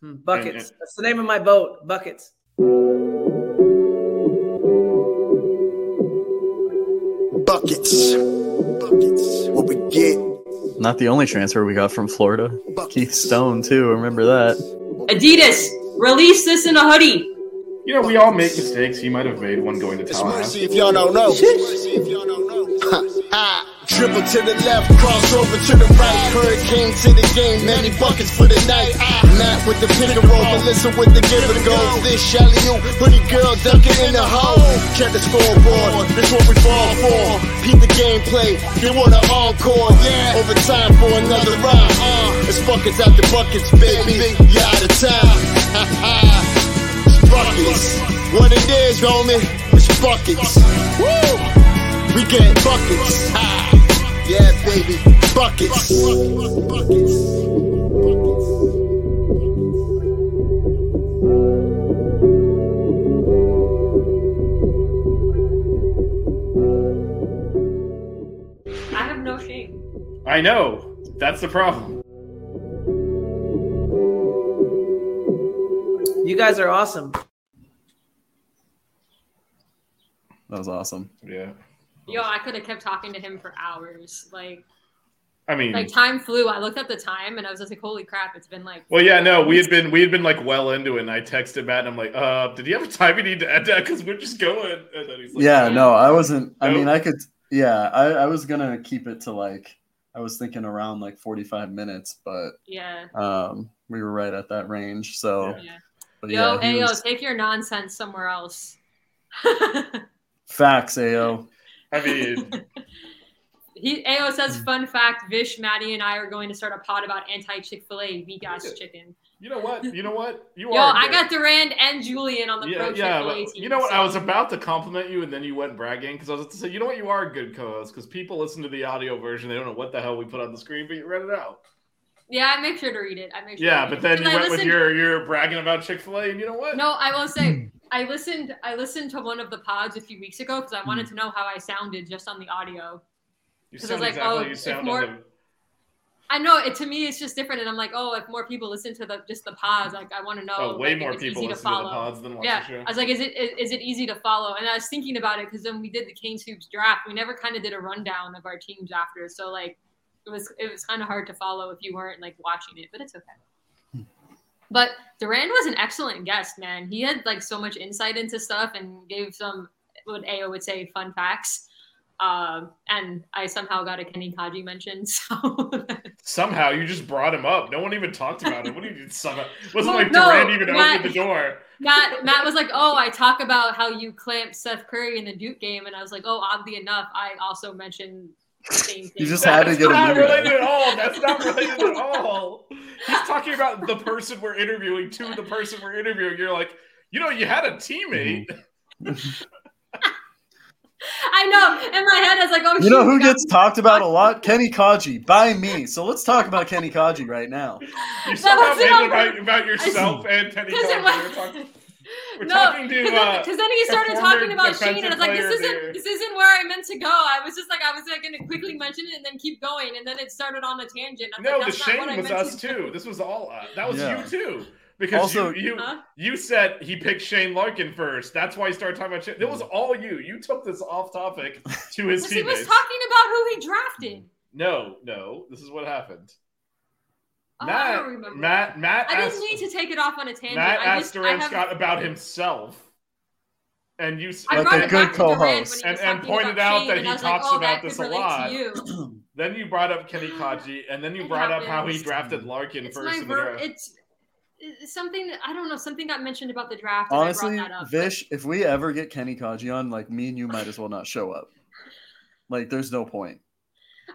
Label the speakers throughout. Speaker 1: Hmm, Buckets. That's the name of my boat. Buckets.
Speaker 2: Buckets. Buckets. What we get.
Speaker 3: Not the only transfer we got from Florida. Keith Stone too. Remember that?
Speaker 4: Adidas, release this in a hoodie.
Speaker 5: You know, we all make mistakes. He might have made one going to
Speaker 2: It's
Speaker 5: Tallahassee.
Speaker 2: mercy if y'all don't know. Mercy if y'all don't know. Ah, Dribble to the left, crossover to the right, hurricane to the game, many buckets for the night. Matt with the pick and roll, Melissa with the give and go. This Shelly, you pretty girl dunking in the hole. Check the scoreboard, this what we fall for. Peep the gameplay, they want an encore. Yeah, overtime for another round. Uh, it's buckets after buckets, baby. You out of time. Ha ha. It's buckets. What it is, homie, it's buckets. Woo! We getting buckets. Ah, yeah, baby, buckets.
Speaker 4: I have no shame.
Speaker 5: I know. That's the problem.
Speaker 1: You guys are awesome.
Speaker 3: That was awesome.
Speaker 5: Yeah.
Speaker 4: Yo, I could have kept talking to him for hours. Like,
Speaker 5: I mean,
Speaker 4: like time flew. I looked at the time and I was just like, "Holy crap!" It's been like.
Speaker 5: well, yeah, no, we had been we had been like well into it, and I texted Matt, and I'm like, uh, did you have a time you need to add that? Because we're just going. And then he's like,
Speaker 3: Yeah, no, I wasn't. I
Speaker 5: Nope.
Speaker 3: mean, I could. Yeah, I, I was gonna keep it to like I was thinking around like 45 minutes, but
Speaker 4: Yeah.
Speaker 3: um, we were right at that range. So,
Speaker 5: Yeah.
Speaker 4: Yeah.
Speaker 3: but
Speaker 4: Yo,
Speaker 3: yeah, he
Speaker 4: hey, yo,
Speaker 3: was-
Speaker 4: take your nonsense somewhere else.
Speaker 3: facts, Ayo.
Speaker 5: I mean,
Speaker 4: He AO says,
Speaker 5: Hmm.
Speaker 4: fun fact, Vish, Maddie, and I are going to start a pod about anti Chick-fil-A weak ass chicken.
Speaker 5: you know what? You know what? You
Speaker 4: Yo,
Speaker 5: are.
Speaker 4: I
Speaker 5: good.
Speaker 4: got Durand and Julian on the pro
Speaker 5: Yeah,
Speaker 4: Chick-fil-A
Speaker 5: yeah.
Speaker 4: team.
Speaker 5: but You know what?
Speaker 4: so-
Speaker 5: I was about to compliment you, and then you went bragging because I was about to say, you know what? You are a good co-host because people listen to the audio version; they don't know what the hell we put on the screen, but you read it out.
Speaker 4: Yeah, I make sure to read it. I make sure
Speaker 5: Yeah,
Speaker 4: to read
Speaker 5: but
Speaker 4: it.
Speaker 5: then you
Speaker 4: And I
Speaker 5: went with
Speaker 4: listened-
Speaker 5: your your bragging about Chick Fil A, and you know what?
Speaker 4: No, I will say I listened I listened to one of the pods a few weeks ago because I wanted to know how I sounded just on the audio.
Speaker 5: you
Speaker 4: 'cause I
Speaker 5: sound
Speaker 4: was like,
Speaker 5: exactly
Speaker 4: oh,
Speaker 5: like you
Speaker 4: if
Speaker 5: sound
Speaker 4: more-
Speaker 5: on
Speaker 4: I know it to me it's just different and I'm like, oh, if more people listen to the just the pods, like I want to know
Speaker 5: the oh, way
Speaker 4: like, if
Speaker 5: more
Speaker 4: it's
Speaker 5: people
Speaker 4: easy to
Speaker 5: listen to, the
Speaker 4: follow.
Speaker 5: pods than watch
Speaker 4: yeah,
Speaker 5: the show.
Speaker 4: I was like, is it is, is it easy to follow? And I was thinking about it because when we did the Kings hoops draft, we never kind of did a rundown of our teams after, so like it was it was kind of hard to follow if you weren't like watching it, but it's okay. But Duran was an excellent guest, man. He had like so much insight into stuff and gave some what Ao would say fun facts. Um, and I somehow got a Kenny Kaji mention, so
Speaker 5: Somehow you just brought him up. No one even talked about it. What do you did? Somehow wasn't
Speaker 4: Well,
Speaker 5: like
Speaker 4: no,
Speaker 5: Durant even
Speaker 4: Matt-
Speaker 5: opened the door.
Speaker 4: Matt Matt was like, "Oh, I talk about how you clamped Seth Curry in the Duke game," and I was like, "Oh, oddly enough, I also mentioned the same thing."
Speaker 3: You just had
Speaker 5: That's
Speaker 3: to get him
Speaker 5: not
Speaker 3: in there.
Speaker 5: related at all. That's not related at all. He's talking about the person we're interviewing to the person we're interviewing. You're like, you know, you had a teammate.
Speaker 4: I know. In my head, I was like, "Oh,
Speaker 3: You know
Speaker 4: shoot,
Speaker 3: who
Speaker 4: guys.
Speaker 3: gets talked about a lot? Kenny Kaji by me. So let's talk about Kenny Kaji right now.
Speaker 5: You somehow
Speaker 4: wasn't
Speaker 5: made
Speaker 4: on
Speaker 5: it about,
Speaker 4: purpose.
Speaker 5: about yourself and Penny
Speaker 4: 'Cause
Speaker 5: Collins. We're
Speaker 4: it
Speaker 5: talking,
Speaker 4: was-
Speaker 5: we're
Speaker 4: No,
Speaker 5: talking to. uh,
Speaker 4: Because then he started
Speaker 5: a former
Speaker 4: talking about Shane, and I was like,
Speaker 5: defensive
Speaker 4: "This isn't
Speaker 5: player there.
Speaker 4: this isn't where I meant to go." I was just like, I was like going to quickly mention it and then keep going, and then it started on a tangent. I was
Speaker 5: No,
Speaker 4: like,
Speaker 5: the
Speaker 4: that's not what I
Speaker 5: shame was
Speaker 4: meant
Speaker 5: us
Speaker 4: to do.
Speaker 5: too. This was all us. That was
Speaker 3: Yeah.
Speaker 5: you too. Because
Speaker 3: Also-
Speaker 5: you you,
Speaker 4: Huh?
Speaker 5: you said he picked Shane Larkin first. That's why he started talking about Shane. It was all you. You took this off topic to his
Speaker 4: Because he was
Speaker 5: teammates.
Speaker 4: talking about who he drafted.
Speaker 5: no, no. This is what happened.
Speaker 4: Oh,
Speaker 5: Matt,
Speaker 4: I don't remember.
Speaker 5: Matt, Matt
Speaker 4: I
Speaker 5: asked,
Speaker 4: didn't need to take it off on a tangent.
Speaker 5: Matt
Speaker 4: I
Speaker 5: asked
Speaker 4: just,
Speaker 5: Durant
Speaker 4: I have,
Speaker 5: Scott about himself, and you s-
Speaker 4: I
Speaker 3: Like
Speaker 4: brought
Speaker 3: a
Speaker 4: it
Speaker 3: good
Speaker 4: back to Durant when he
Speaker 3: co-host.
Speaker 4: was
Speaker 5: And- and
Speaker 4: talking
Speaker 5: pointed
Speaker 4: about
Speaker 5: out
Speaker 4: Shane,
Speaker 5: that
Speaker 4: and
Speaker 5: he
Speaker 4: I was like,
Speaker 5: talks
Speaker 4: "Oh,
Speaker 5: about
Speaker 4: that
Speaker 5: this
Speaker 4: could
Speaker 5: a
Speaker 4: relate to
Speaker 5: lot."
Speaker 4: you."
Speaker 5: then you brought up Kenny Kaji, and then you
Speaker 4: It
Speaker 5: brought up how he
Speaker 4: happens.
Speaker 5: drafted Larkin
Speaker 4: It's
Speaker 5: first
Speaker 4: my
Speaker 5: in the
Speaker 4: ver-
Speaker 5: draft.
Speaker 4: it's it's something that- I don't know. Something got mentioned about the draft. and I brought
Speaker 3: Honestly,
Speaker 4: that up.
Speaker 3: Vish, if we ever get Kenny Kaji on, like me and you might as well not show up. Like, there's no point.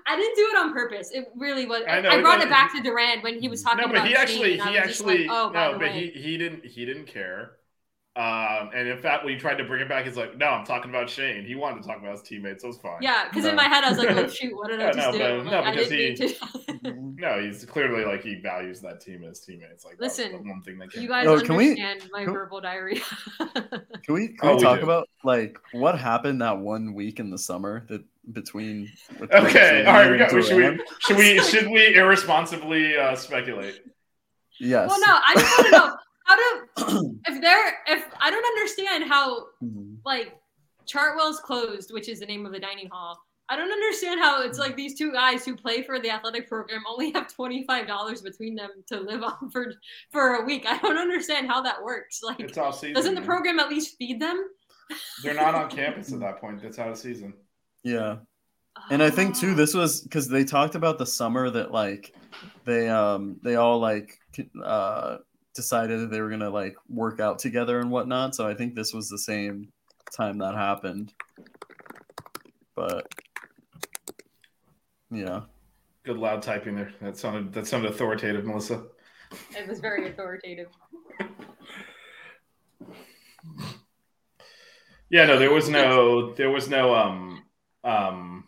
Speaker 4: I didn't do it on purpose. It really was.
Speaker 5: I
Speaker 4: I,
Speaker 5: know, it
Speaker 4: brought
Speaker 5: was-
Speaker 4: it back to Durant when he was talking
Speaker 5: No,
Speaker 4: about.
Speaker 5: but he
Speaker 4: Shane,
Speaker 5: actually,
Speaker 4: and I
Speaker 5: he
Speaker 4: was just
Speaker 5: actually,
Speaker 4: like, oh, by
Speaker 5: no,
Speaker 4: the
Speaker 5: but
Speaker 4: way.
Speaker 5: he he didn't he didn't care. Um, and in fact, when you tried to bring it back, he's like, "No, I'm talking about Shane. He wanted to talk about his teammates, so it's fine."
Speaker 4: Yeah, because in
Speaker 3: No.
Speaker 4: my head I was like, oh shoot, what did
Speaker 5: Yeah,
Speaker 4: I just
Speaker 5: no,
Speaker 4: do?
Speaker 5: but-
Speaker 4: Like,
Speaker 5: no,
Speaker 4: I
Speaker 5: because
Speaker 4: didn't
Speaker 5: he-
Speaker 4: need to-
Speaker 5: No, he's clearly like he values that team and his teammates. Like, that was
Speaker 4: Listen,
Speaker 5: the one thing that came.
Speaker 4: you guys
Speaker 3: Yo, can we-
Speaker 4: understand my
Speaker 3: can-
Speaker 4: verbal diarrhea.
Speaker 3: Can we, can
Speaker 5: Oh,
Speaker 3: we
Speaker 5: we
Speaker 3: talk
Speaker 5: do.
Speaker 3: about like what happened that one week in the summer that between? with-
Speaker 5: okay,
Speaker 3: with
Speaker 5: all right. We
Speaker 3: you
Speaker 5: got,
Speaker 3: and
Speaker 5: should we
Speaker 3: Duran?
Speaker 5: should we should we irresponsibly uh, speculate?
Speaker 3: Yes.
Speaker 4: Well, no, I just want to know. how do if they're if I don't understand how
Speaker 3: Mm-hmm.
Speaker 4: like Chartwell's closed, which is the name of the dining hall. I don't understand how it's like these two guys who play for the athletic program only have twenty five dollars between them to live on for for a week. I don't understand how that works. Like,
Speaker 5: It's all season.
Speaker 4: doesn't the
Speaker 5: man.
Speaker 4: program at least feed them?
Speaker 5: They're not on campus at that point. That's out of season.
Speaker 3: Yeah. And I think
Speaker 4: Oh.
Speaker 3: too, this was because they talked about the summer that like they um they all like c- uh decided that they were gonna like work out together and whatnot. So I think this was the same time that happened. But yeah,
Speaker 5: Good loud typing there. That sounded that sounded authoritative, Melissa.
Speaker 4: It was very authoritative.
Speaker 5: Yeah, no, there was no there was no um um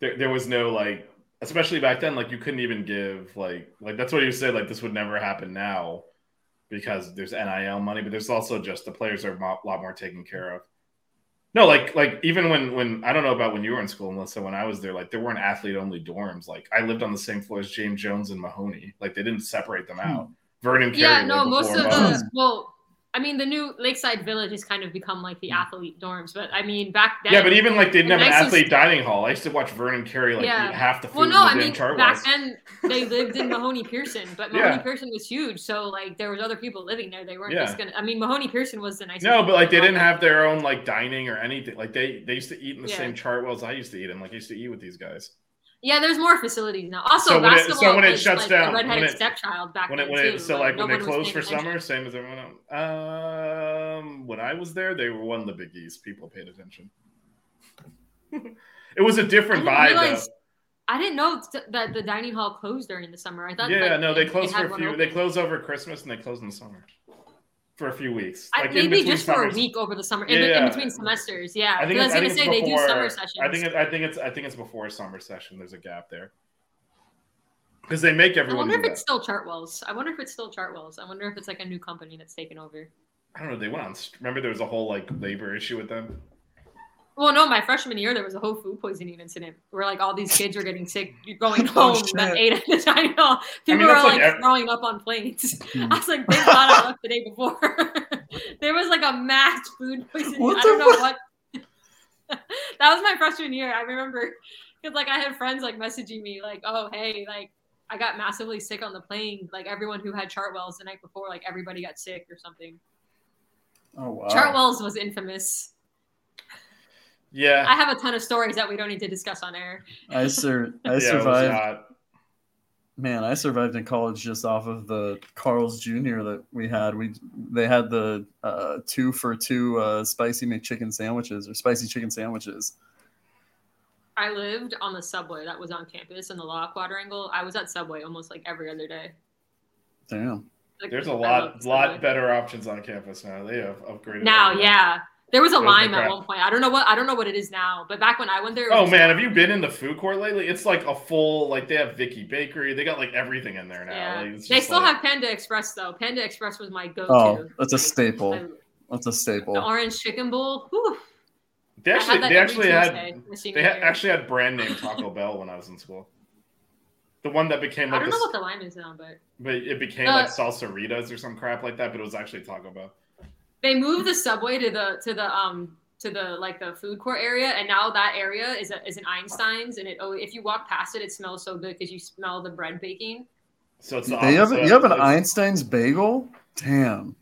Speaker 5: there, there was no like especially back then like you couldn't even give like like that's what you said like this would never happen now because there's NIL money but there's also just the players are mo- a lot more taken care of. No, like like even when when I don't know about when you were in school, Melissa, when I was there, like there weren't athlete only dorms. Like I lived on the same floor as James Jones and Mahoney. Like they didn't separate them out. Vernon Carey
Speaker 4: Hmm. Yeah,
Speaker 5: lived
Speaker 4: no, most
Speaker 5: before
Speaker 4: of
Speaker 5: Mahoney.
Speaker 4: the well, I mean, the new Lakeside Village has kind of become like the athlete dorms, but I mean, back then,
Speaker 5: Hmm. Yeah, but even like they didn't have
Speaker 4: And
Speaker 5: an
Speaker 4: I used to-
Speaker 5: athlete dining hall. I used to watch Vernon Carey like
Speaker 4: Yeah.
Speaker 5: eat half the food
Speaker 4: well, no,
Speaker 5: in the
Speaker 4: I mean,
Speaker 5: damn chart
Speaker 4: back
Speaker 5: was.
Speaker 4: then they lived in Mahoney Pearson, but
Speaker 5: Yeah.
Speaker 4: Mahoney Pearson was huge, so like there was other people living there. They weren't just gonna. I mean, Mahoney Pearson was the nice.
Speaker 5: No, but like they didn't have their own like dining or anything. Like they they used to eat in the
Speaker 4: Yeah.
Speaker 5: same Chartwells I used to eat in. Like I used to eat with these guys.
Speaker 4: Yeah, there's more facilities now. Also,
Speaker 5: So when it-
Speaker 4: basketball
Speaker 5: so when it
Speaker 4: was,
Speaker 5: shuts
Speaker 4: like,
Speaker 5: down,
Speaker 4: a redheaded
Speaker 5: when it-
Speaker 4: stepchild back
Speaker 5: When
Speaker 4: then
Speaker 5: it when it
Speaker 4: too.
Speaker 5: so like when
Speaker 4: no
Speaker 5: they
Speaker 4: one
Speaker 5: closed
Speaker 4: was
Speaker 5: for
Speaker 4: paying attention.
Speaker 5: summer, same as everyone else. Um, when I was there, they were one of the Big East. People paid attention. it was a different
Speaker 4: I
Speaker 5: vibe
Speaker 4: didn't
Speaker 5: though.
Speaker 4: realize- I didn't know th- that the dining hall closed during the summer. I thought.
Speaker 5: Yeah,
Speaker 4: like,
Speaker 5: no, they close
Speaker 4: had
Speaker 5: for a
Speaker 4: one
Speaker 5: few.
Speaker 4: open.
Speaker 5: They close over Christmas and they close in the summer for a few weeks.
Speaker 4: I,
Speaker 5: Like, in
Speaker 4: maybe
Speaker 5: between
Speaker 4: just for a
Speaker 5: summers.
Speaker 4: week over the summer, in,
Speaker 5: Yeah,
Speaker 4: be- in
Speaker 5: yeah.
Speaker 4: between semesters. Yeah,
Speaker 5: I think
Speaker 4: because I was
Speaker 5: it's- I
Speaker 4: gonna say
Speaker 5: think it's
Speaker 4: they do summer
Speaker 5: before-
Speaker 4: sessions.
Speaker 5: I think it, I think it's I think it's before summer session. There's a gap there because they make
Speaker 4: I
Speaker 5: everyone.
Speaker 4: wonder
Speaker 5: do
Speaker 4: if it's
Speaker 5: that.
Speaker 4: still Chartwell's. I wonder if it's still Chartwell's. I wonder if it's like a new company that's taken over.
Speaker 5: I don't know. They went on. st- Remember, there was a whole like labor issue with them.
Speaker 4: Well, no, my freshman year there was a whole food poisoning incident where like all these kids were getting sick going
Speaker 1: Oh,
Speaker 4: home that
Speaker 1: shit.
Speaker 4: ate at the dining hall. People were
Speaker 5: that's like
Speaker 4: like
Speaker 5: ev-
Speaker 4: throwing up on planes.
Speaker 3: Hmm.
Speaker 4: I was like, they thought I left the day before. there was like a mass food poisoning.
Speaker 3: What
Speaker 4: I don't
Speaker 3: the
Speaker 4: know what. that was my freshman year. I remember because like I had friends like messaging me like, oh hey, like I got massively sick on the plane. Like everyone who had Chartwell's the night before, like everybody got sick or something.
Speaker 3: oh wow,
Speaker 4: Chartwell's was infamous.
Speaker 5: Yeah,
Speaker 4: I have a ton of stories that we don't need to discuss on air.
Speaker 3: I sur-
Speaker 5: Yeah, it
Speaker 3: I
Speaker 5: was
Speaker 3: survived.
Speaker 5: not-
Speaker 3: Man, I survived in college just off of the Carl's Jr. that we had. We they had the uh, two for two uh, spicy McChicken sandwiches or spicy chicken sandwiches.
Speaker 4: I lived on the subway that was on campus in the law quadrangle. I was at Subway almost like every other day.
Speaker 3: Damn.
Speaker 4: Like,
Speaker 5: There's a
Speaker 4: I
Speaker 5: lot
Speaker 4: loved
Speaker 5: lot
Speaker 4: Subway.
Speaker 5: better options on campus now. They have upgraded.
Speaker 4: Now,
Speaker 5: everything.
Speaker 4: yeah. There was a
Speaker 5: Those are
Speaker 4: lime at
Speaker 5: crap.
Speaker 4: one point. I don't know what I don't know what it is now, but back when I went there, it
Speaker 5: Oh
Speaker 4: was-
Speaker 5: man, have you been in the food court lately? It's like a full like they have Vicky Bakery. They got like everything in there now.
Speaker 4: Yeah.
Speaker 5: Like, it's
Speaker 4: They
Speaker 5: just,
Speaker 4: still
Speaker 5: like-
Speaker 4: have Panda Express though. Panda Express was my go-to.
Speaker 3: Oh, that's a
Speaker 4: Like,
Speaker 3: staple.
Speaker 4: I-
Speaker 3: That's a
Speaker 4: the
Speaker 3: staple.
Speaker 4: orange chicken bowl. Whew,
Speaker 5: They
Speaker 4: I had
Speaker 5: actually
Speaker 4: that
Speaker 5: they
Speaker 4: every
Speaker 5: actually had
Speaker 4: Tuesday, my senior
Speaker 5: They ha-
Speaker 4: year.
Speaker 5: actually had brand name Taco Bell when I was in school. The one that became
Speaker 4: I
Speaker 5: like,
Speaker 4: don't
Speaker 5: this,
Speaker 4: know what the lime is now, but
Speaker 5: but it became
Speaker 4: the-
Speaker 5: like Salsaritas or some crap like that. But it was actually Taco Bell.
Speaker 4: they moved the subway to the to the um to the like the food court area and now that area is a, is an einstein's and it oh if you walk past it it smells so good because you smell the bread baking
Speaker 5: Mm-hmm. So it's the
Speaker 3: They have
Speaker 5: opposite.
Speaker 3: you have an
Speaker 5: It's-
Speaker 3: Einstein's bagel. Damn.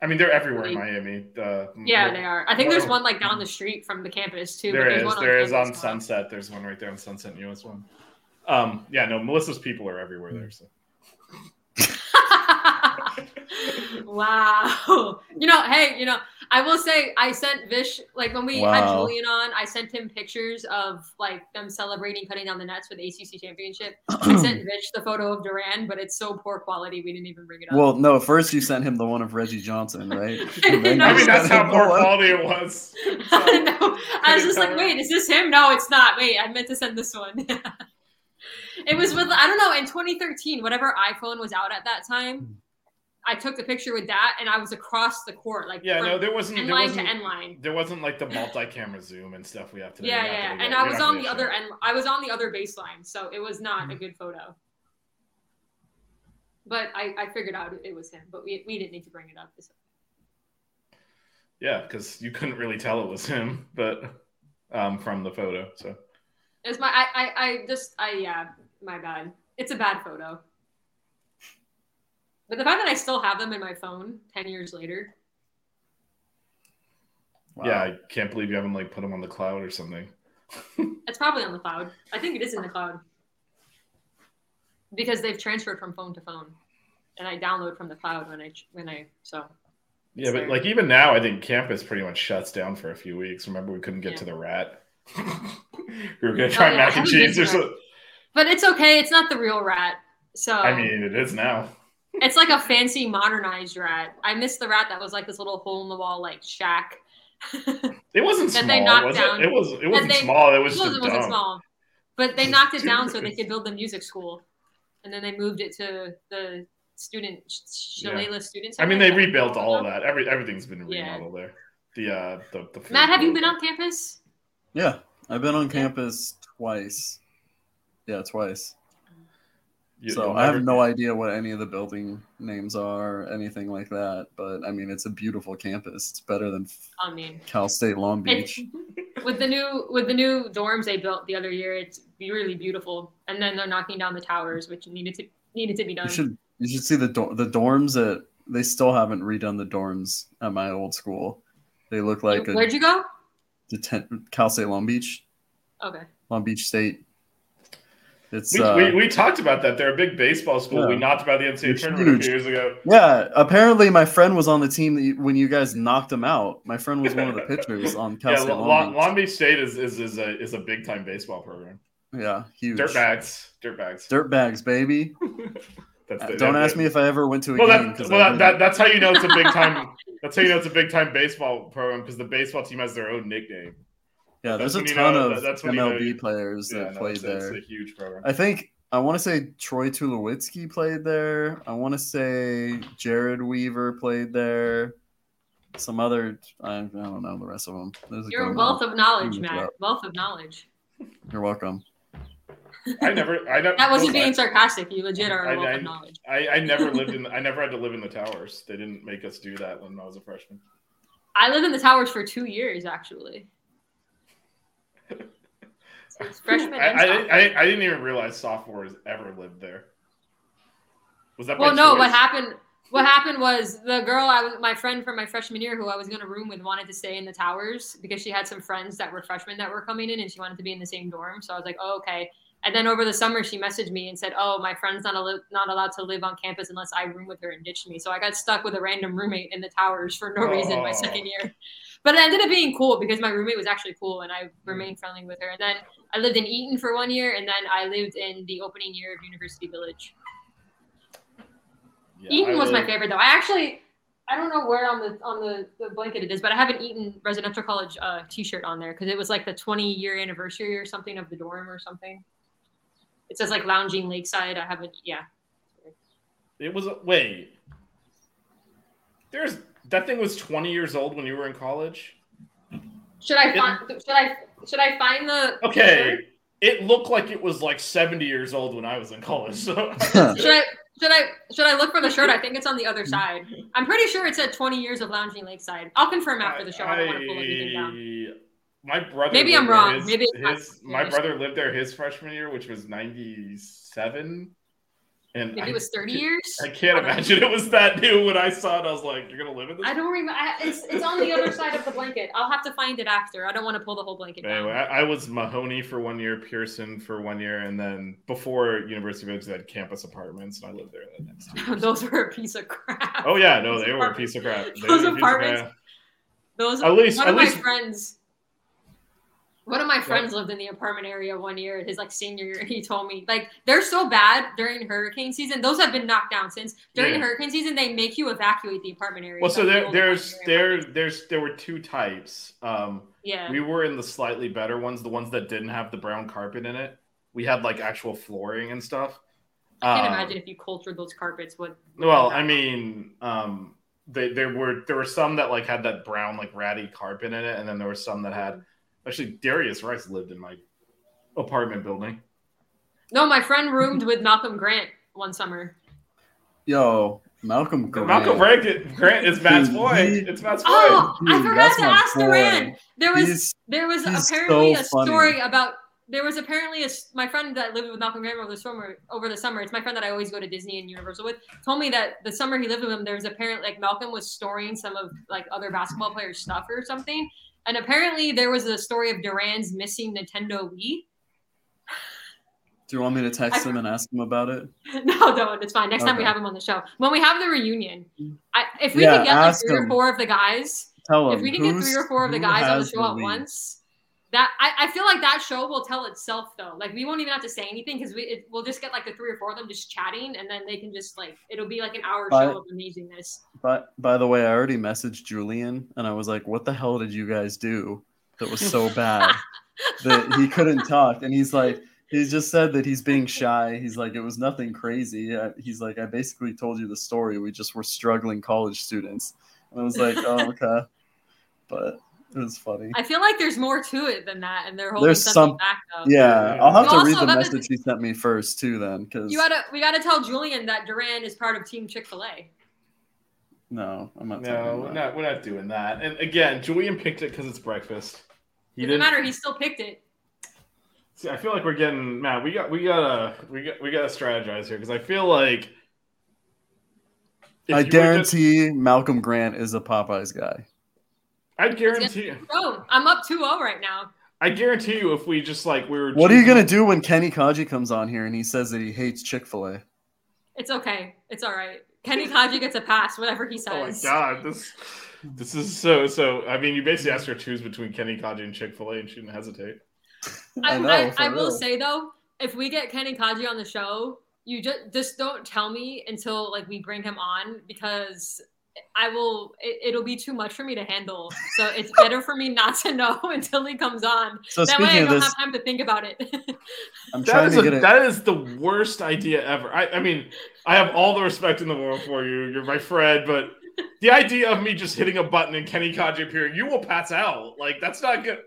Speaker 5: I mean, they're everywhere in Miami. The,
Speaker 4: yeah they are i think there's
Speaker 5: Whoa.
Speaker 4: one like down the street from the campus too but
Speaker 5: There
Speaker 4: there's
Speaker 5: is
Speaker 4: one
Speaker 5: there is on
Speaker 4: campus now.
Speaker 5: Sunset. There's one right there on Sunset and US one. Um, yeah, no, Melissa's people are everywhere there. So
Speaker 4: wow. You know, hey, you know, I will say I sent Vish like when we had
Speaker 3: Wow.
Speaker 4: Julian on, I sent him pictures of like them celebrating cutting down the nets for the ACC championship. I sent Vish the photo of Duran, but it's so poor quality we didn't even bring it up.
Speaker 3: Well, no. First, you sent him the one of Reggie Johnson, right? And then
Speaker 4: I
Speaker 5: I
Speaker 3: you
Speaker 5: mean, that's
Speaker 3: sent him
Speaker 5: how
Speaker 3: the
Speaker 5: poor
Speaker 3: one-
Speaker 5: quality it was.
Speaker 4: no, I was just like,
Speaker 5: Sorry.
Speaker 4: wait, is this him? No, it's not. Wait, I meant to send this one. it was with I don't know in 2013, whatever iPhone was out at that
Speaker 5: Hmm.
Speaker 4: time. I took the picture with that, and I was across the court, like
Speaker 5: Yeah,
Speaker 4: from
Speaker 5: no, there wasn't
Speaker 4: end
Speaker 5: there
Speaker 4: line to
Speaker 5: wasn't
Speaker 4: end line.
Speaker 5: there wasn't like the multi-camera zoom and stuff we have today.
Speaker 4: Yeah,
Speaker 5: You're not
Speaker 4: yeah,
Speaker 5: gonna
Speaker 4: and
Speaker 5: get-
Speaker 4: I
Speaker 5: you're
Speaker 4: was
Speaker 5: not
Speaker 4: on
Speaker 5: gonna
Speaker 4: the
Speaker 5: get
Speaker 4: other
Speaker 5: shot. Hmm.
Speaker 4: end. I was on the other baseline, so it was not a good photo. But I, I figured out it was him, but we, we didn't need to bring it up. It's-
Speaker 5: Yeah, because you couldn't really tell it was him, but um, from the photo. So
Speaker 4: It was my I, I I just I yeah my bad. It's a bad photo. But the fact that I still have them in my phone ten years later,
Speaker 3: Wow.
Speaker 5: yeah, I can't believe you haven't like put him on the cloud or something.
Speaker 4: it's probably on the cloud. I think it is in the cloud because they've transferred from phone to phone, and I download from the cloud when I when I so
Speaker 5: Yeah, but
Speaker 4: Sorry.
Speaker 5: like even now, I think campus pretty much shuts down for a few weeks. Remember, we couldn't get
Speaker 4: Yeah. Oh,
Speaker 5: to the rat. we were gonna try
Speaker 4: yeah,
Speaker 5: mac
Speaker 4: I
Speaker 5: and
Speaker 4: haven't
Speaker 5: cheese
Speaker 4: been
Speaker 5: or
Speaker 4: to the
Speaker 5: something.
Speaker 4: But it's okay. It's not the real rat. So
Speaker 5: I mean, it is now.
Speaker 4: it's like a fancy modernized rat. I miss the rat that was like this little hole in the wall like shack.
Speaker 5: It wasn't
Speaker 4: That
Speaker 5: small.
Speaker 4: they knocked
Speaker 5: was
Speaker 4: down.
Speaker 5: It? it was. It wasn't
Speaker 4: they-
Speaker 5: small. It was
Speaker 4: It
Speaker 5: just
Speaker 4: wasn't,
Speaker 5: dumb.
Speaker 4: wasn't small, but they knocked it down so they could build the music school, and then they moved it to the student Shalala students.
Speaker 5: I mean, they rebuilt all of that. Every everything's been
Speaker 4: Yeah.
Speaker 5: remodeled there. The uh, the, the food
Speaker 4: Matt, have you
Speaker 5: court.
Speaker 4: been on campus?
Speaker 3: Yeah, I've been on campus twice. Yeah, twice.
Speaker 5: You-
Speaker 3: so
Speaker 5: you'll
Speaker 3: I have
Speaker 5: never-
Speaker 3: no idea what any of the building names are, anything like that. But I mean, it's a beautiful campus. It's better than
Speaker 4: I mean,
Speaker 3: Cal State Long
Speaker 4: it's,
Speaker 3: Beach.
Speaker 4: with the new with the new dorms they built the other year, it's really beautiful. And then they're knocking down the towers, which needed to needed to be done.
Speaker 3: You should you should see the dor- the dorms that they still haven't redone the dorms at my old school. They look like a
Speaker 4: Where'd you go?
Speaker 3: deten- Cal State Long Beach,
Speaker 4: Okay.
Speaker 3: Long Beach State. It's
Speaker 5: We,
Speaker 3: uh,
Speaker 5: we, we talked about that. They're a big baseball school.
Speaker 3: Yeah.
Speaker 5: We knocked about the NCAA
Speaker 3: It's
Speaker 5: tournament a
Speaker 3: huge.
Speaker 5: few years ago.
Speaker 3: yeah. Apparently, my friend was on the team that you, when you guys knocked him out. My friend was one of the pitchers on Cal
Speaker 5: yeah,
Speaker 3: State
Speaker 5: Lo-
Speaker 3: Long,
Speaker 5: Long,
Speaker 3: Beach.
Speaker 5: Long Beach State is, is, is a is a big time baseball program.
Speaker 3: Yeah, huge.
Speaker 5: Dirtbags, dirtbags.
Speaker 3: Dirtbags, baby.
Speaker 5: That's the-
Speaker 3: Uh, Don't
Speaker 5: that-
Speaker 3: ask me if I ever went to a
Speaker 5: Well,
Speaker 3: game.
Speaker 5: that,
Speaker 3: 'cause
Speaker 5: well
Speaker 3: I
Speaker 5: that,
Speaker 3: didn't.
Speaker 5: that, that's how you know it's a big time. that's how you know it's a big time baseball program because the baseball team has their own nickname.
Speaker 3: yeah, there's a
Speaker 5: that's when you
Speaker 3: ton
Speaker 5: know-
Speaker 3: of
Speaker 5: that's when you know
Speaker 3: MLB
Speaker 5: you-
Speaker 3: players
Speaker 5: Yeah,
Speaker 3: that
Speaker 5: no,
Speaker 3: played
Speaker 5: it's, a-
Speaker 3: there.
Speaker 5: it's a huge program.
Speaker 3: I think I want to say Troy Tulowitzki played there. I want to say Jared Weaver played there. Some other, I, I don't know the rest of them. There's a
Speaker 4: You're a
Speaker 3: good
Speaker 4: wealth
Speaker 3: one.
Speaker 4: of knowledge,
Speaker 3: Look it
Speaker 4: Matt.
Speaker 3: up.
Speaker 4: Wealth of knowledge.
Speaker 3: You're welcome.
Speaker 5: I never. I never.
Speaker 4: That wasn't
Speaker 5: I,
Speaker 4: being sarcastic. You legit are
Speaker 5: I-
Speaker 4: a wealth
Speaker 5: I-
Speaker 4: of knowledge.
Speaker 5: I, I never lived in. I never had to live in the towers. They didn't make us do that when I was a freshman.
Speaker 4: I lived in the towers for two years, actually. So it's freshman
Speaker 5: I,
Speaker 4: and
Speaker 5: I,
Speaker 4: sophomore.
Speaker 5: I, I didn't even realize sophomores ever lived there. Was that by
Speaker 4: well, no,
Speaker 5: choice?
Speaker 4: what happened? What happened was the girl I was, my friend from my freshman year, who I was going to room with, wanted to stay in the towers because she had some friends that were freshmen that were coming in, and she wanted to be in the same dorm. So I was like, oh, okay. And then over the summer, she messaged me and said, "Oh, my friend's not al- not allowed to live on campus unless I room with her and ditched me." So I got stuck with a random roommate in the towers for no reason my
Speaker 5: Oh.
Speaker 4: second year. But it ended up being cool because my roommate was actually cool, and
Speaker 5: Hmm.
Speaker 4: I remained friendly with her. And then I lived in Eaton for one year, and then I lived in the opening year of University Village.
Speaker 5: Yeah,
Speaker 4: Eaton
Speaker 5: I
Speaker 4: was my
Speaker 5: lived-
Speaker 4: favorite though. I actually I don't know where on the on the, the blanket it is, but I have an Eaton Residential College uh, T-shirt on there because it was like the 20 year anniversary or something of the dorm or something. It says like lounging lakeside. I haven't. Yeah,
Speaker 5: It was wait. There's that thing was 20 years old when you were in college.
Speaker 4: should I find? Should I should I find the?
Speaker 5: Okay, it looked like it was like 70 years old when I was in college. So
Speaker 4: shirt? Should I? Should I should I look for the shirt? I think it's on the other side. I'm pretty sure it said 20 years of lounging lakeside. I'll confirm after the show. I, don't want to pull anything down.
Speaker 5: I- my brother.
Speaker 4: Maybe
Speaker 5: lived
Speaker 4: I'm
Speaker 5: there
Speaker 4: wrong.
Speaker 5: His,
Speaker 4: Maybe it's not
Speaker 5: his,
Speaker 4: 20
Speaker 5: my
Speaker 4: years.
Speaker 5: brother lived there his freshman year, which was 97, and
Speaker 4: Maybe
Speaker 5: I,
Speaker 4: it was 30 years.
Speaker 5: I can't imagine it was that new when I saw it. I was like, "You're gonna live in this."
Speaker 4: I don't remember. It's, it's on the other side of the blanket. I'll have to find it after. I don't want to pull the whole blanket
Speaker 5: But Anyway,
Speaker 4: down.
Speaker 5: I, I was Mahoney for one year, Pearson for one year, and then before University Village, they had campus apartments, and I lived there the next two years.
Speaker 4: Those were a piece of crap.
Speaker 5: Oh yeah, no, they were a piece of crap. They
Speaker 4: Those
Speaker 5: were a piece of
Speaker 4: apartments-
Speaker 5: crap.
Speaker 4: Those
Speaker 5: at least-
Speaker 4: one
Speaker 5: at
Speaker 4: of
Speaker 5: least-
Speaker 4: my friends. One of my friends lived in the apartment area one year, his like senior year, and he told me like they're so bad during hurricane season. Those have been knocked down since during
Speaker 5: Yeah.
Speaker 4: hurricane season. They make you evacuate the apartment area.
Speaker 5: Well, so
Speaker 4: of the
Speaker 5: there,
Speaker 4: old
Speaker 5: there's
Speaker 4: apartment area.
Speaker 5: there, there's there were two types. Um,
Speaker 4: yeah.
Speaker 5: we were in the slightly better ones, the ones that didn't have the brown carpet in it. We had like actual flooring and stuff.
Speaker 4: I can
Speaker 5: Um,
Speaker 4: imagine if you cultured those carpets. What?
Speaker 5: Well, I mean, um, they, there were there were some that like had that brown like ratty carpet in it, and then there were some that had actually Darius Rice lived in my apartment building.
Speaker 4: No, my friend roomed with Malcolm Grant one summer.
Speaker 3: Yo, Malcolm Grant.
Speaker 5: Malcolm Grant, Grant is Matt's
Speaker 3: Dude,
Speaker 5: boy.
Speaker 3: he-
Speaker 5: It's Matt's boy.
Speaker 4: Oh, I
Speaker 3: Dude,
Speaker 4: forgot
Speaker 3: that's
Speaker 4: to
Speaker 3: my
Speaker 4: ask
Speaker 3: boy.
Speaker 4: Duran. There was
Speaker 3: He's-
Speaker 4: there was
Speaker 3: he's
Speaker 4: apparently
Speaker 3: so
Speaker 4: a
Speaker 3: funny.
Speaker 4: story about there was apparently a s- my friend that lived with Malcolm Graham over the summer over the summer. It's my friend that I always go to Disney and Universal with. Told me that the summer he lived with him, there was apparently like Malcolm was storing some of like other basketball players' stuff or something. And apparently there was a story of Duran's missing Nintendo Wii.
Speaker 3: Do you want me to text him and ask him about it?
Speaker 4: No, don't. It's fine. Next time we
Speaker 3: Okay.
Speaker 4: have him on the show, when we have the reunion, I, if we
Speaker 3: Yeah,
Speaker 4: can get like
Speaker 3: ask
Speaker 4: three or
Speaker 3: him.
Speaker 4: four of the guys,
Speaker 3: Tell him.
Speaker 4: if we can get three
Speaker 3: who's-
Speaker 4: or four of the
Speaker 3: who
Speaker 4: guys on the
Speaker 3: has
Speaker 4: show at
Speaker 3: lead?
Speaker 4: once, that I, I feel like that show will tell itself though. Like we won't even have to say anything because we it, we'll just get like the three or four of them just chatting, and then they can just like it'll be like an hour
Speaker 3: But-
Speaker 4: show of amazingness.
Speaker 3: But by the way, I already messaged Julian and I was like, what the hell did you guys do that was so bad that he couldn't talk? And he's like, he just said that he's being shy. He's like, it was nothing crazy. I- He's like, I basically told you the story. We just were struggling college students. And I was like, oh, okay. But it was funny.
Speaker 4: I feel like there's more to it than that, and they're holding
Speaker 3: There's
Speaker 4: something
Speaker 3: some-
Speaker 4: back though.
Speaker 3: Yeah, I'll have
Speaker 4: You
Speaker 3: to read
Speaker 4: also
Speaker 3: the
Speaker 4: haven't-
Speaker 3: message he sent me first, too, then, because
Speaker 4: You gotta we gotta tell Julian that Duran is part of Team Chick Fil A.
Speaker 3: no, I'm not
Speaker 5: No,
Speaker 3: talking
Speaker 5: we're
Speaker 3: about
Speaker 5: not, we're not doing that. And again, Julian picked it because it's breakfast. He
Speaker 4: Doesn't matter. He still picked it.
Speaker 5: See, I feel like we're getting Matt. We got, we gotta, we got, we gotta strategize here because I feel like if
Speaker 3: I
Speaker 5: you were just-
Speaker 3: guarantee Malcolm Grant is a Popeyes guy.
Speaker 5: I guarantee.
Speaker 4: Bro, I'm up 2-0 right now.
Speaker 5: I guarantee you, if we just like we were.
Speaker 3: What are you
Speaker 5: choosing-
Speaker 3: gonna do when Kenny Kaji comes on here and he says that he hates Chick Fil A?
Speaker 4: It's okay. It's all right. Kenny Kaji gets a pass. Whatever he
Speaker 5: Oh my
Speaker 4: says.
Speaker 5: god, this this is so so. I mean, you basically asked her to choose between Kenny Kaji and Chick Fil A, and she didn't hesitate.
Speaker 4: I,
Speaker 3: I know,
Speaker 4: I,
Speaker 3: for
Speaker 4: I will
Speaker 3: real.
Speaker 4: say though, if we get Kenny Kaji on the show, you just just don't tell me until like we bring him on because I will. It, it'll be too much for me to handle. So it's better for me not to know until he comes on.
Speaker 3: So
Speaker 4: that way, I
Speaker 3: speaking
Speaker 4: don't
Speaker 3: of this,
Speaker 4: have time to think about it.
Speaker 3: I'm
Speaker 5: That
Speaker 3: trying
Speaker 5: is
Speaker 3: to
Speaker 5: a,
Speaker 3: get it.
Speaker 5: that is the worst idea ever. I, I mean, I have all the respect in the world for you. You're my friend, but the idea of me just hitting a button and Kenny Kaji appearing, you will pass out. Like that's not good.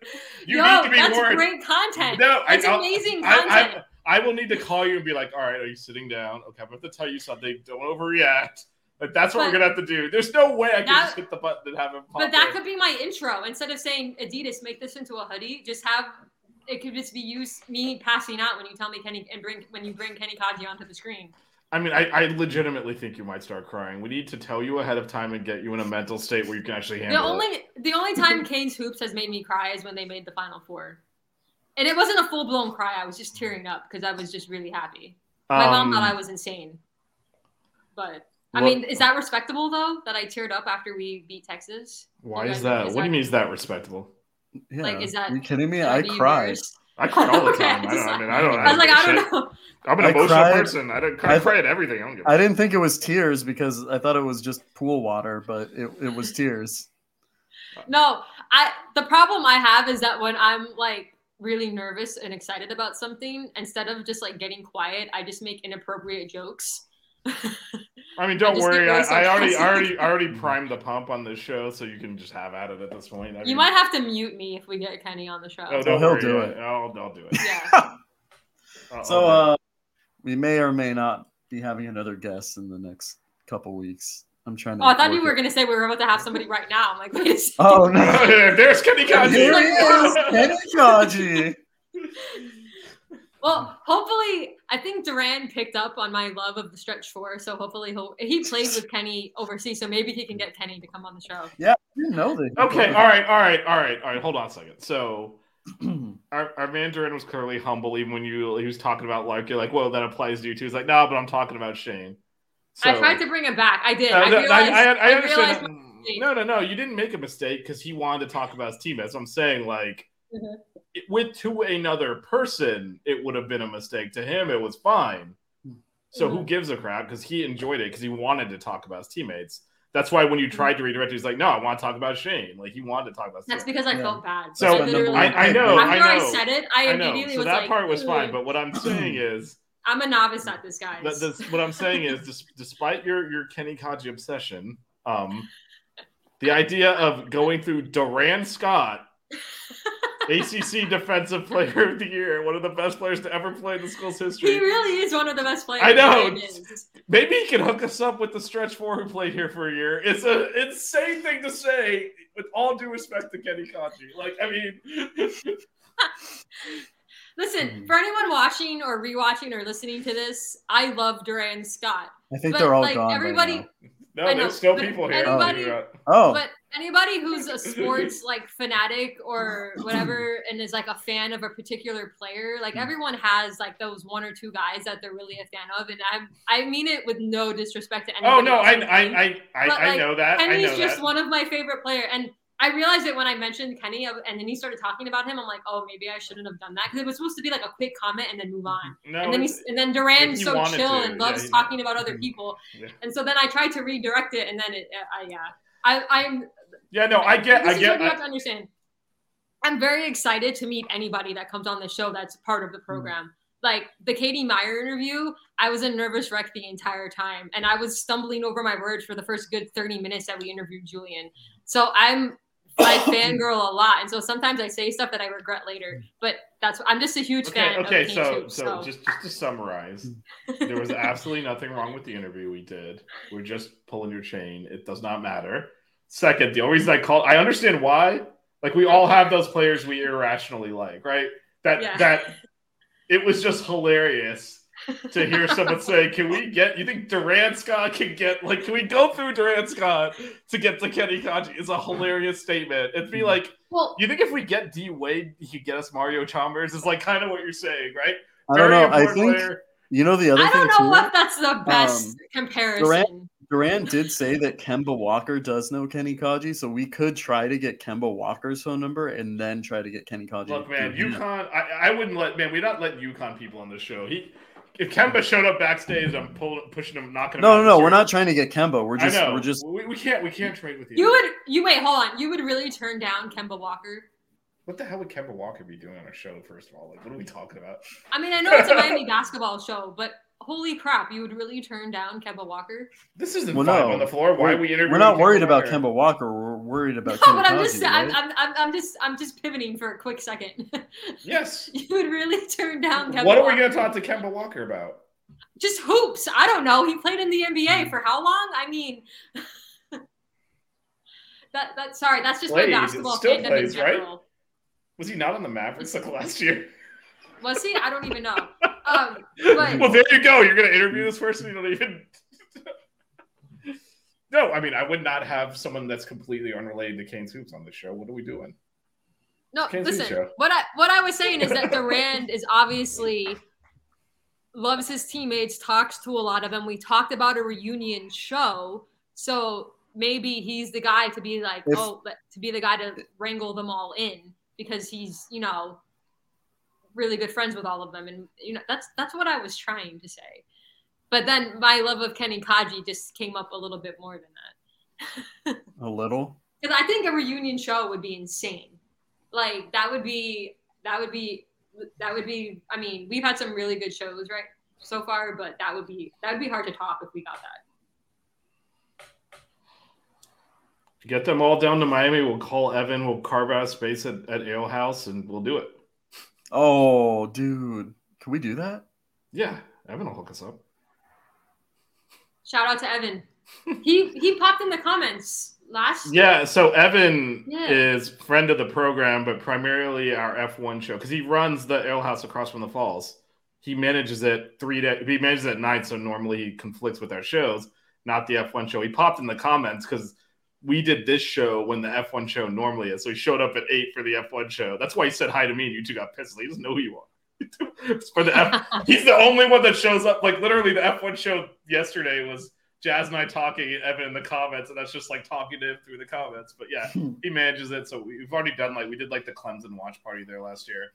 Speaker 5: You
Speaker 4: Yo,
Speaker 5: need to be
Speaker 4: that's
Speaker 5: worried.
Speaker 4: great content.
Speaker 5: No, I-
Speaker 4: that's
Speaker 5: I'll-
Speaker 4: amazing content.
Speaker 5: I, I, I will need to call you and be like, all right, are you sitting down? Okay, I'm going to tell you something. Don't overreact. Like that's what
Speaker 4: But-
Speaker 5: we're gonna have to do. There's no way I can
Speaker 4: That-
Speaker 5: just hit the button and have him pop.
Speaker 4: But that
Speaker 5: in.
Speaker 4: could be my intro. Instead of saying Adidas, make this into a hoodie, just have it could just be used me passing out when you tell me Kenny and bring when you bring Kenny Kaji onto the screen.
Speaker 5: I mean, I, I legitimately think you might start crying. We need to tell you ahead of time and get you in a mental state where you can actually handle
Speaker 4: The
Speaker 5: it.
Speaker 4: only the only time Kane's hoops has made me cry is when they made the final four. And it wasn't a full blown cry. I was just tearing up because I was just really happy. My mom
Speaker 5: Um,
Speaker 4: thought I was insane. But I
Speaker 5: what-
Speaker 4: mean, is that respectable though? That I teared up after we beat Texas?
Speaker 5: Why
Speaker 4: you
Speaker 5: is
Speaker 4: guys-
Speaker 5: that?
Speaker 4: is
Speaker 5: What do
Speaker 4: that-
Speaker 5: you mean is that respectable?
Speaker 3: yeah.
Speaker 4: like, is that-
Speaker 3: Are you kidding me?
Speaker 4: Should
Speaker 3: I
Speaker 4: be
Speaker 3: cried.
Speaker 4: embarrassed?
Speaker 5: I cry all the
Speaker 4: Okay,
Speaker 5: time. I, don't, I mean, I don't.
Speaker 4: I was like,
Speaker 5: give a
Speaker 4: I
Speaker 5: shit.
Speaker 4: don't know.
Speaker 5: I'm an
Speaker 3: I
Speaker 5: emotional
Speaker 3: cried-
Speaker 5: person. I don't. I,
Speaker 3: I-
Speaker 5: cry at everything. I don't give. a
Speaker 3: I didn't think it was tears because I thought it was just pool water, but it, it was tears.
Speaker 4: No, I the problem I have is that when I'm like really nervous and excited about something, instead of just like getting quiet, I just make inappropriate jokes.
Speaker 5: I mean,
Speaker 4: I
Speaker 5: don't
Speaker 4: just get
Speaker 5: worry.
Speaker 4: really
Speaker 5: I, I already, I
Speaker 4: sarcastic.
Speaker 5: already, I already primed the pump on this show, so you can just have at it at this point. I
Speaker 4: You
Speaker 5: mean-
Speaker 4: might have to mute me if we get Kenny on the show.
Speaker 5: Oh,
Speaker 3: So
Speaker 5: don't
Speaker 3: he'll
Speaker 5: worry.
Speaker 3: do it.
Speaker 5: I'll, I'll do it.
Speaker 4: Yeah.
Speaker 5: I'll-
Speaker 3: So
Speaker 5: I'll do
Speaker 3: uh, we may or may not be having another guest in the next couple weeks. I'm trying to.
Speaker 4: Oh, I thought you
Speaker 3: work
Speaker 4: were
Speaker 3: it.
Speaker 4: gonna say we were about to have somebody right now. I'm like, wait a second.
Speaker 3: Oh no!
Speaker 5: it. There's Kenny
Speaker 3: Here he is,
Speaker 5: Kaji.
Speaker 3: Kenny Kaji.
Speaker 4: Well, hopefully, I think Duran picked up on my love of the stretch four, so hopefully he'll he played with Kenny overseas, so maybe he can get Kenny to come on the show.
Speaker 3: I didn't know that.
Speaker 5: Okay. All right. All right. All right. All right. Hold on a second. So. our, our Mandarin was clearly humble, even when you he was talking about like you're like, whoa, that applies to you too. He's like, no, but I'm talking about Shane. So,
Speaker 4: I tried to bring him back. I did.
Speaker 5: No,
Speaker 4: I
Speaker 5: no,
Speaker 4: realized.
Speaker 5: I, I, I
Speaker 4: I realized
Speaker 5: understand. that- No, no, no. You didn't make a mistake because he wanted to talk about his team. That's what I'm saying. Like,
Speaker 4: Mhm.
Speaker 5: it, with to another person, it would have been a mistake. To him, it was fine. So
Speaker 4: Mm-hmm.
Speaker 5: who gives a crap? Because he enjoyed it because he wanted to talk about his teammates. That's why when you
Speaker 4: Mm-hmm.
Speaker 5: tried to redirect, he's like, no, I want to talk about Shane. Like he wanted to talk about. his
Speaker 4: That's
Speaker 5: teammates.
Speaker 4: because I
Speaker 3: Yeah.
Speaker 4: felt bad.
Speaker 5: So,
Speaker 4: I literally-
Speaker 5: I, I know.
Speaker 4: after I,
Speaker 5: I know.
Speaker 4: said it, I,
Speaker 5: I know.
Speaker 4: immediately
Speaker 5: So
Speaker 4: was
Speaker 5: that
Speaker 4: like,
Speaker 5: part was fine,
Speaker 4: "Ugh,
Speaker 5: but what I'm saying is,
Speaker 4: I'm a novice at this, guys.
Speaker 5: that this, what I'm saying is, dis- despite your your Kenny Kaji obsession, um, the idea of going through Duran Scott ACC Defensive Player of the Year, one of the best players to ever play in the school's
Speaker 4: He
Speaker 5: history.
Speaker 4: really is one of the best players.
Speaker 5: I know.
Speaker 4: He is.
Speaker 5: Maybe he can hook us up with the stretch four who played here for a year. It's an insane thing to say, with all due respect to Kenny Kachi. Like, I mean,
Speaker 4: Listen,
Speaker 3: Mhm.
Speaker 4: for anyone watching or rewatching or listening to this, I love Duran Scott.
Speaker 3: I think they're all gone. by
Speaker 4: everybody,
Speaker 3: now.
Speaker 5: no,
Speaker 4: I know,
Speaker 5: there's still
Speaker 4: but
Speaker 5: people here.
Speaker 4: anybody-
Speaker 5: You're right.
Speaker 3: Oh,
Speaker 4: but anybody who's a sports like fanatic or whatever and is like a fan of a particular player like
Speaker 3: Mm.
Speaker 4: everyone has like those one or two guys that they're really a fan of and i'm i mean it with no disrespect to anybody
Speaker 5: Oh no, I
Speaker 4: else.
Speaker 5: I I I,
Speaker 4: But,
Speaker 5: I
Speaker 4: like,
Speaker 5: know that. I
Speaker 4: kenny's
Speaker 5: know
Speaker 4: just
Speaker 5: that.
Speaker 4: one of my favorite player and I realized it when I mentioned Kenny, and then he started talking about him. I'm like, oh, maybe I shouldn't have done that because it was supposed to be like a quick comment and then move on.
Speaker 5: no,
Speaker 4: and then
Speaker 5: it's-
Speaker 4: he's, and then
Speaker 5: if
Speaker 4: Duran's
Speaker 5: he
Speaker 4: so
Speaker 5: wanted
Speaker 4: chill
Speaker 5: to,
Speaker 4: and
Speaker 5: yeah,
Speaker 4: loves
Speaker 5: he-
Speaker 4: talking about other people.
Speaker 5: Yeah.
Speaker 4: And so then I tried to redirect it, and then it, uh, I, yeah, I, I'm
Speaker 5: yeah, no, I get,
Speaker 4: this
Speaker 5: I
Speaker 4: is
Speaker 5: get.
Speaker 4: what you
Speaker 5: I-
Speaker 4: have to understand. I'm very excited to meet anybody that comes on the show that's part
Speaker 5: Mm-hmm.
Speaker 4: of the program. Like the Katie Meyer interview, I was a nervous wreck the entire time, and I was stumbling over my words for the first good 30 minutes that we interviewed Julian. So I'm I fangirl a lot, and so sometimes I say stuff that I regret later. But that's I'm just a huge
Speaker 5: okay,
Speaker 4: fan.
Speaker 5: okay,
Speaker 4: of
Speaker 5: so,
Speaker 4: K-Tube,
Speaker 5: so just just to summarize, there was absolutely nothing wrong with the interview we did. We're just pulling your chain. It does not matter. Second, the only reason I called, I understand why. Like we all have those players we irrationally like, right? That
Speaker 4: Yeah.
Speaker 5: that it was just hilarious to hear someone say, "Can we get? You think Durant Scott can get? Like, can we go through Durant Scott to get to Kenny Kaji?" Is a hilarious statement. It'd be like,
Speaker 4: well,
Speaker 5: you think if we get D Wade, he could get us Mario Chalmers? Is like kind of what you're saying, right?
Speaker 3: I
Speaker 5: Very
Speaker 3: don't know. I
Speaker 5: important
Speaker 3: think
Speaker 5: player.
Speaker 3: you know the other
Speaker 4: I don't
Speaker 3: thing
Speaker 4: know
Speaker 3: too.
Speaker 4: if that's the best
Speaker 3: um,
Speaker 4: comparison.
Speaker 3: Durant did say that Kemba Walker does know Kenny Kaji, so we could try to get Kemba Walker's phone number and then try to get Kenny Kaji.
Speaker 5: Look, man,
Speaker 3: through him.
Speaker 5: UConn. I, I wouldn't let man. We're not letting UConn people on this show. He, if Kemba showed up backstage, I'm pulling, pushing him, knocking him. out
Speaker 3: No, no,
Speaker 5: of
Speaker 3: no.
Speaker 5: the
Speaker 3: We're
Speaker 5: shirt.
Speaker 3: not trying to get Kemba. We're just,
Speaker 5: I know.
Speaker 3: we're just.
Speaker 5: We, we can't. We can't trade with you.
Speaker 4: You would you wait, hold on. You would really turn down Kemba Walker?
Speaker 5: What the hell would Kemba Walker be doing on our show? First of all, like, what are we talking about?
Speaker 4: I mean, I know it's a Miami basketball show, but holy crap, you would really turn down Kemba Walker?
Speaker 5: This isn't
Speaker 3: Well,
Speaker 5: fun
Speaker 3: no.
Speaker 5: on the floor. Why are
Speaker 3: we're,
Speaker 5: we interviewing?
Speaker 3: we're not worried about
Speaker 5: Walker?
Speaker 3: Kemba Walker. We're worried about.
Speaker 4: no,
Speaker 3: Kenny
Speaker 4: but I'm
Speaker 3: Kaji,
Speaker 4: just
Speaker 3: right?
Speaker 4: I'm, I'm, I'm, I'm just I'm just pivoting for a quick second.
Speaker 5: Yes.
Speaker 4: you would really turn down Kemba.
Speaker 5: What are we
Speaker 4: Walker?
Speaker 5: going to talk to Kemba Walker about?
Speaker 4: Just hoops. I don't know. He played in the
Speaker 3: Hmm.
Speaker 4: NBA for how long? I mean, that that sorry, that's just
Speaker 5: Plays. It
Speaker 4: my basketball
Speaker 5: still
Speaker 4: fandom
Speaker 5: plays,
Speaker 4: in
Speaker 5: right?
Speaker 4: general.
Speaker 5: Was he not on the Mavericks like last year?
Speaker 4: Was he? I don't even know. Um, but
Speaker 5: Well, there you go. You're going to interview this person. You don't even. no, I mean, I would not have someone that's completely unrelated to Kane's hoops on this show. What are we doing?
Speaker 4: No,
Speaker 5: Can't see the
Speaker 4: listen.
Speaker 5: show.
Speaker 4: What I what I was saying is that Durand is obviously loves his teammates, talks to a lot of them. We talked about a reunion show, so maybe he's the guy to be like,
Speaker 3: If-
Speaker 4: oh, but- to be the guy to wrangle them all in because he's you know really good friends with all of them, and you know that's that's what I was trying to say. But then my love of Kenny Kaji just came up a little bit more than that
Speaker 3: a little.
Speaker 4: because I think a reunion show would be insane. Like that would be that would be that would be. I mean, we've had some really good shows right so far, but that would be that would be hard to top if we got that.
Speaker 5: Get them all down to Miami. We'll call Evan. We'll carve out space at, at Ale House and we'll do it.
Speaker 3: Oh, dude, can we do that?
Speaker 5: Yeah, Evan will hook us up.
Speaker 4: Shout out to Evan. He he popped in the comments last.
Speaker 5: Yeah, so Evan
Speaker 4: Yeah.
Speaker 5: is friend of the program, but primarily our F1 show because he runs the Ale House across from the falls. He manages it three days. He manages it at night, so normally he conflicts with our shows, not the F1 show. He popped in the comments because we did this show when the F1 show normally is. So he showed up at eight for the F1 show. That's why he said hi to me, and you two got pissed. He doesn't know who you are. It's for the F- He's the only one that shows up. Like literally, the F1 show yesterday was Jazz and I talking, and Evan in the comments, and that's just like talking to him through the comments. But yeah, he manages it. So we've already done like we did like the Clemson watch party there last year.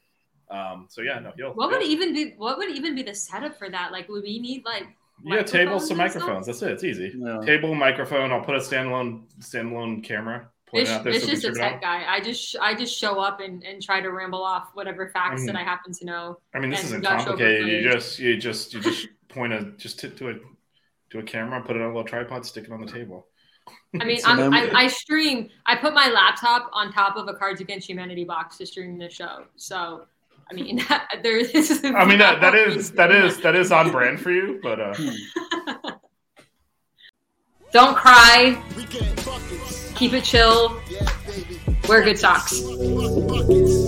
Speaker 5: Um, so yeah, no, he'll
Speaker 4: What would
Speaker 5: he'll-
Speaker 4: even be what would even be the setup for that? Like, would we need like
Speaker 5: yeah tables to
Speaker 4: and stuff?
Speaker 5: microphones. That's it. It's easy.
Speaker 3: Yeah.
Speaker 5: Table microphone. I'll put a standalone standalone camera. point
Speaker 4: Bish,
Speaker 5: it out there
Speaker 4: Bish
Speaker 5: so we
Speaker 4: is a
Speaker 5: can turn
Speaker 4: tech
Speaker 5: it on.
Speaker 4: guy. I just I just show up and, and try to ramble off whatever facts that
Speaker 5: Mhm.
Speaker 4: I happen to know.
Speaker 5: I mean, this
Speaker 4: and
Speaker 5: isn't
Speaker 4: gush over
Speaker 5: complicated. You
Speaker 4: plays.
Speaker 5: just you just you just point a just to, to a to a camera, put it on a little tripod, stick it on the table.
Speaker 4: I mean,
Speaker 3: So
Speaker 4: I'm,
Speaker 3: then
Speaker 4: I,
Speaker 3: we-
Speaker 4: I stream. I put my laptop on top of a Cards Against Humanity box to stream the show. So, I mean, there is.
Speaker 5: I mean that that is that is that is on brand for you, but uh,
Speaker 4: Don't cry.
Speaker 2: We get buckets.
Speaker 4: Keep it chill.
Speaker 2: Yeah, baby.
Speaker 4: Wear good socks.
Speaker 2: Buckets.